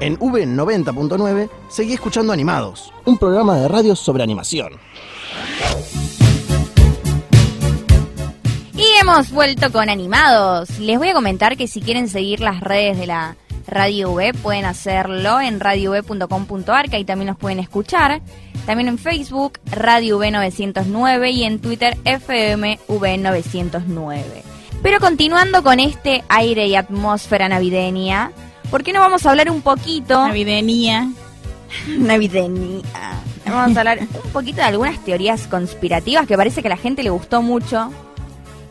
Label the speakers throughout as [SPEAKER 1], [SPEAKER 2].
[SPEAKER 1] En V90.9 seguí escuchando Animados, un programa de radio sobre animación.
[SPEAKER 2] Y hemos vuelto con animados. Les voy a comentar que si quieren seguir las redes de la Radio V, pueden hacerlo en radiov.com.ar, que ahí también nos pueden escuchar. También en Facebook, Radio V909 y en Twitter, FMV909. Pero continuando con este aire y atmósfera navideña, ¿por qué no vamos a hablar un poquito?
[SPEAKER 3] Navideña.
[SPEAKER 2] navideña. ah. Vamos a hablar un poquito de algunas teorías conspirativas que parece que a la gente le gustó mucho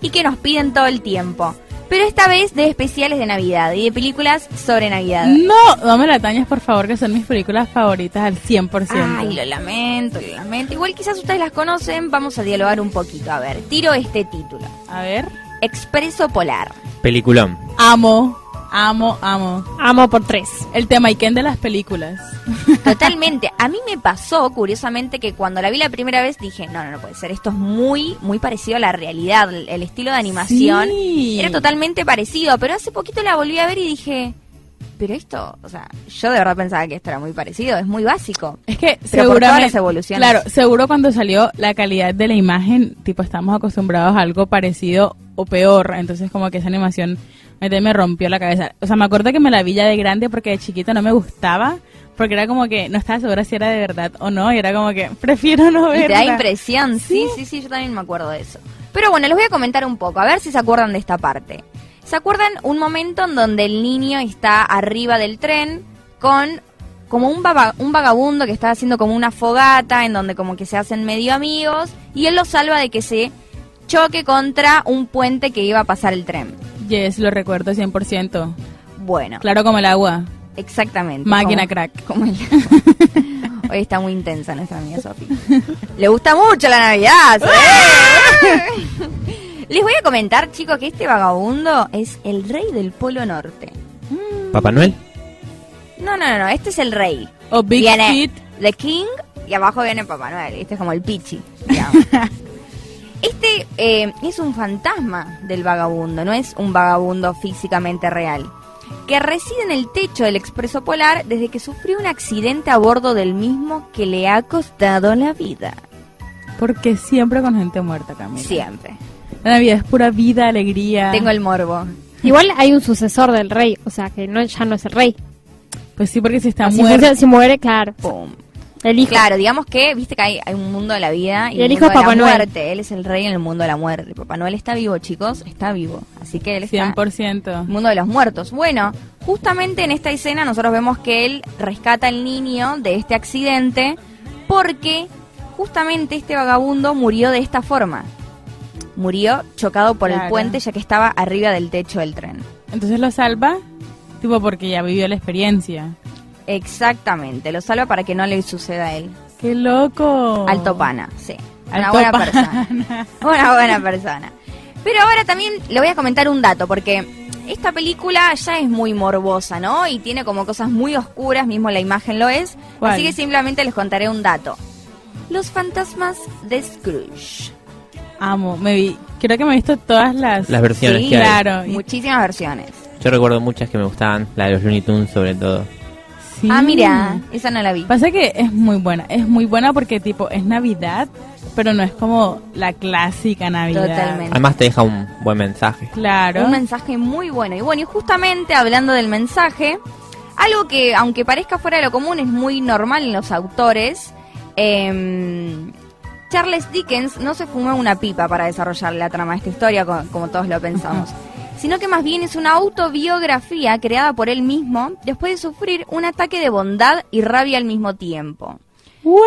[SPEAKER 2] y que nos piden todo el tiempo. Pero esta vez de especiales de Navidad y de películas sobre Navidad.
[SPEAKER 3] No, no me la tañas, por favor, que son mis películas favoritas al 100%.
[SPEAKER 2] Ay, lo lamento, lo lamento. Igual quizás ustedes las conocen, vamos a dialogar un poquito. A ver, tiro este título.
[SPEAKER 3] A ver.
[SPEAKER 2] Expreso Polar.
[SPEAKER 4] Peliculón.
[SPEAKER 3] Amo, amo, amo.
[SPEAKER 5] Amo por tres.
[SPEAKER 3] El tema Iken de las películas.
[SPEAKER 2] Totalmente. A mí me pasó, curiosamente, que cuando la vi la primera vez dije, no, no, no puede ser. Esto es muy, muy parecido a la realidad. El estilo de animación
[SPEAKER 3] Sí.
[SPEAKER 2] era totalmente parecido. Pero hace poquito la volví a ver y dije, pero esto, o sea, yo de verdad pensaba que esto era muy parecido. Es muy básico.
[SPEAKER 3] Es
[SPEAKER 2] Pero
[SPEAKER 3] que
[SPEAKER 2] por todas las
[SPEAKER 3] seguramente,
[SPEAKER 2] evoluciones.
[SPEAKER 3] claro, seguro cuando salió la calidad de la imagen, tipo estamos acostumbrados a algo parecido o peor, entonces como que esa animación me, me rompió la cabeza. O sea, me acuerdo que me la vi ya de grande porque de chiquita no me gustaba, porque era como que no estaba segura si era de verdad o no, y era como que prefiero no
[SPEAKER 2] Y te
[SPEAKER 3] verla.
[SPEAKER 2] da impresión, sí, sí, sí, yo también me acuerdo de eso. Pero bueno, les voy a comentar un poco, a ver si se acuerdan de esta parte. ¿Se acuerdan un momento en donde el niño está arriba del tren con como un, vaga- un vagabundo que está haciendo como una fogata, en donde como que se hacen medio amigos, y él lo salva de que se choque contra un puente que iba a pasar el tren?
[SPEAKER 3] Yes, lo recuerdo 100%.
[SPEAKER 2] Bueno,
[SPEAKER 3] Claro como el agua.
[SPEAKER 2] exactamente.
[SPEAKER 3] Máquina
[SPEAKER 2] como-
[SPEAKER 3] crack.
[SPEAKER 2] como el- Hoy está muy intensa nuestra amiga Sofi. Le gusta mucho la Navidad. ¿sí? Les voy a comentar, chicos, que este vagabundo es el rey del Polo Norte.
[SPEAKER 4] Papá Noel.
[SPEAKER 2] No, no, no, no, este es el rey.
[SPEAKER 3] O Oh, Big
[SPEAKER 2] viene
[SPEAKER 3] Kid.
[SPEAKER 2] The King y abajo viene Papá Noel. Este es como el pichi. digamos. este eh, es un fantasma del vagabundo, no es un vagabundo físicamente real. Que reside en el techo del expreso polar desde que sufrió un accidente a bordo del mismo que le ha costado la vida.
[SPEAKER 3] Porque siempre con gente muerta, Camila.
[SPEAKER 2] Siempre.
[SPEAKER 3] La Navidad es pura vida,
[SPEAKER 5] Ah.
[SPEAKER 3] alegría.
[SPEAKER 2] Tengo el morbo.
[SPEAKER 5] Igual hay un sucesor del rey, o sea que no, ya no es el rey.
[SPEAKER 3] Pues sí, porque si está
[SPEAKER 5] Si,
[SPEAKER 3] muerto.
[SPEAKER 5] fuese- si muere, claro.
[SPEAKER 2] Pum.
[SPEAKER 5] El hijo.
[SPEAKER 2] Oh, Claro, digamos que, viste que hay, hay un mundo de la vida y,
[SPEAKER 5] Y el
[SPEAKER 2] un
[SPEAKER 5] hijo
[SPEAKER 2] mundo
[SPEAKER 5] es Papá
[SPEAKER 2] de la
[SPEAKER 5] Noel.
[SPEAKER 2] muerte. Él es el rey en el mundo de la muerte. Papá Noel está vivo, chicos, está vivo. Así que él está
[SPEAKER 3] 100%.
[SPEAKER 2] mundo de los muertos. Bueno, justamente en esta escena nosotros vemos que él rescata al niño de este accidente porque justamente este vagabundo murió de esta forma. Murió chocado por el
[SPEAKER 3] Claro.
[SPEAKER 2] puente ya que estaba arriba del techo del tren.
[SPEAKER 3] Entonces lo salva, tipo porque ya vivió la experiencia.
[SPEAKER 2] Exactamente, lo salva para que no le suceda a él.
[SPEAKER 3] ¡Qué loco!
[SPEAKER 2] Alto pana, sí. Una
[SPEAKER 3] Alto
[SPEAKER 2] buena
[SPEAKER 3] pana.
[SPEAKER 2] persona. Una buena persona. Pero ahora también le voy a comentar un dato, porque esta película ya es muy morbosa, ¿no? Y tiene como cosas muy oscuras, mismo la imagen lo es.
[SPEAKER 3] ¿Cuál?
[SPEAKER 2] Así que simplemente les contaré un dato. Los fantasmas de Scrooge.
[SPEAKER 3] Amo, me vi. Creo que me he visto todas las.
[SPEAKER 4] Las versiones
[SPEAKER 2] Sí,
[SPEAKER 4] que hay.
[SPEAKER 3] claro. Y-
[SPEAKER 2] Muchísimas versiones.
[SPEAKER 4] Yo recuerdo muchas que me gustaban. La de los Looney Tunes, sobre todo.
[SPEAKER 3] Sí.
[SPEAKER 2] Ah, mira, esa no la vi.
[SPEAKER 3] Pasa que es muy buena. Es muy buena porque, tipo, es Navidad, pero no es como la clásica Navidad.
[SPEAKER 2] Totalmente.
[SPEAKER 4] Además, te deja un buen mensaje.
[SPEAKER 3] Claro.
[SPEAKER 2] Un mensaje muy bueno. Y bueno, y justamente hablando del mensaje, algo que aunque parezca fuera de lo común es muy normal en los autores. em, Charles Dickens no se fumó una pipa para desarrollar la trama de esta historia, co- como todos lo pensamos, sino que más bien es una autobiografía creada por él mismo después de sufrir un ataque de bondad y rabia al mismo tiempo.
[SPEAKER 3] ¿What?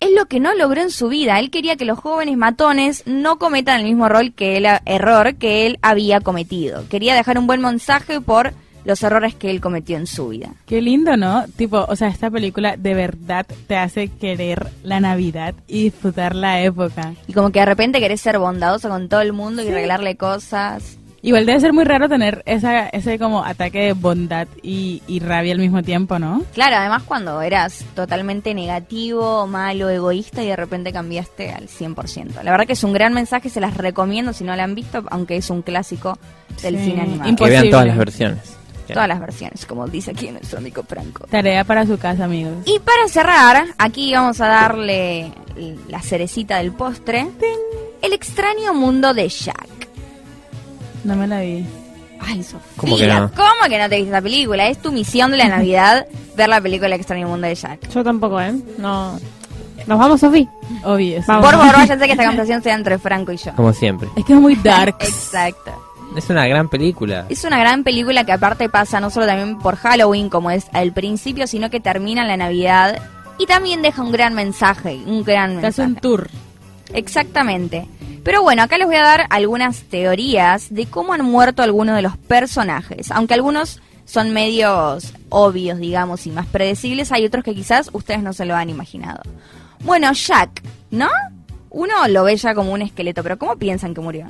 [SPEAKER 2] Es lo que no logró en su vida. Él quería que los jóvenes matones no cometan el mismo rol que él, error que él había cometido. Quería dejar un buen mensaje por los errores que él cometió en su vida.
[SPEAKER 3] Qué lindo, ¿no? Tipo, o sea, esta película de verdad te hace querer la Navidad y disfrutar la época.
[SPEAKER 2] Y como que de repente querés ser bondadoso con todo el mundo y regalarle cosas.
[SPEAKER 3] Igual debe ser muy raro tener esa, ese como ataque de bondad y, y rabia al mismo tiempo, ¿no?
[SPEAKER 2] Claro, además cuando eras totalmente negativo, malo, egoísta y de repente cambiaste al 100%. La verdad que es un gran mensaje, se las recomiendo si no la han visto, aunque es un clásico del
[SPEAKER 3] Sí.
[SPEAKER 2] cine animado.
[SPEAKER 3] Imposible.
[SPEAKER 4] Que vean todas las versiones.
[SPEAKER 2] Todas las versiones, como dice aquí nuestro amigo Franco.
[SPEAKER 3] Tarea para su casa, amigos.
[SPEAKER 2] Y para cerrar, aquí vamos a darle la cerecita del postre. El extraño mundo de Jack.
[SPEAKER 3] No me la vi.
[SPEAKER 2] Ay, Sofía,
[SPEAKER 4] ¿Cómo que no?
[SPEAKER 2] ¿cómo que no te viste esta película? Es tu misión de la Navidad ver la película El extraño mundo de Jack.
[SPEAKER 5] Yo tampoco, ¿eh?
[SPEAKER 3] No.
[SPEAKER 5] Nos vamos, Sofi.
[SPEAKER 3] Obvio. sí.
[SPEAKER 2] Por favor, váyanse que esta conversación sea entre Franco y yo.
[SPEAKER 4] Como siempre.
[SPEAKER 3] Es que es muy dark.
[SPEAKER 2] Exacto.
[SPEAKER 4] Es una gran película.
[SPEAKER 2] Es una gran película que aparte pasa no solo también por Halloween como es al principio, sino que termina en la Navidad y también deja un gran mensaje, un gran
[SPEAKER 3] Te hace
[SPEAKER 2] mensaje.
[SPEAKER 3] un tour.
[SPEAKER 2] Exactamente. Pero bueno, acá les voy a dar algunas teorías de cómo han muerto algunos de los personajes. Aunque algunos son medios obvios, digamos, y más predecibles, hay otros que quizás ustedes no se lo han imaginado. Bueno, Jack, ¿no? Uno lo ve ya como un esqueleto, pero ¿cómo piensan que murió?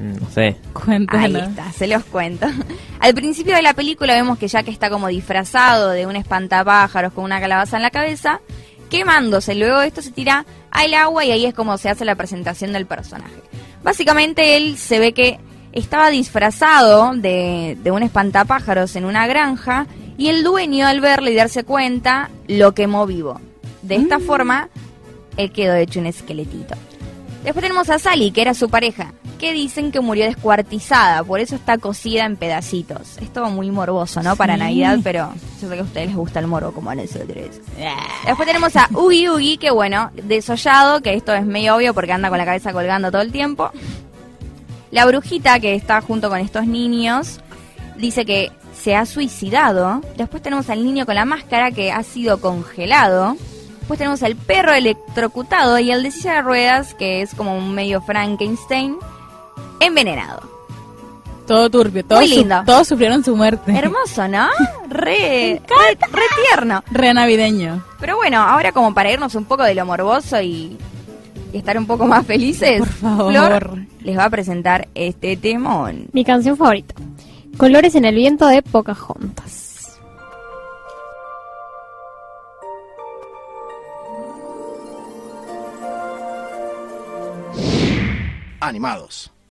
[SPEAKER 4] Mm, No sé.
[SPEAKER 2] Ahí
[SPEAKER 3] Cuéntanos.
[SPEAKER 2] está, se los cuento. Al principio de la película vemos que Jack está como disfrazado de un espantapájaros con una calabaza en la cabeza, quemándose. Luego esto se tira al agua y ahí es como se hace la presentación del personaje. Básicamente él se ve que estaba disfrazado de, de un espantapájaros en una granja y el dueño al verle y darse cuenta lo quemó vivo. De esta forma, él quedó hecho un esqueletito. Después tenemos a Sally, que era su pareja, que dicen que murió descuartizada, por eso está cocida en pedacitos. Es todo muy morboso, ¿no? Para
[SPEAKER 3] Sí.
[SPEAKER 2] Navidad, pero yo sé que a ustedes les gusta el morbo como a nosotros. Después tenemos a Ugi Ugi, que bueno, desollado, que esto es medio obvio porque anda con la cabeza colgando todo el tiempo. La brujita que está junto con estos niños dice que se ha suicidado. Después tenemos al niño con la máscara que ha sido congelado. Después tenemos al perro electrocutado y al de silla de ruedas, que es como un medio Frankenstein, envenenado.
[SPEAKER 3] Todo turbio. Todos,
[SPEAKER 2] Muy
[SPEAKER 3] su-
[SPEAKER 2] lindo.
[SPEAKER 3] todos sufrieron su muerte.
[SPEAKER 2] Hermoso, ¿no? Re, re, re tierno.
[SPEAKER 3] Re navideño.
[SPEAKER 2] Pero bueno, ahora como para irnos un poco de lo morboso y, y estar un poco más felices,
[SPEAKER 3] Por favor.
[SPEAKER 2] Flor les va a presentar este temón.
[SPEAKER 5] Mi canción favorita. Colores en el viento de Pocahontas.
[SPEAKER 1] Animados.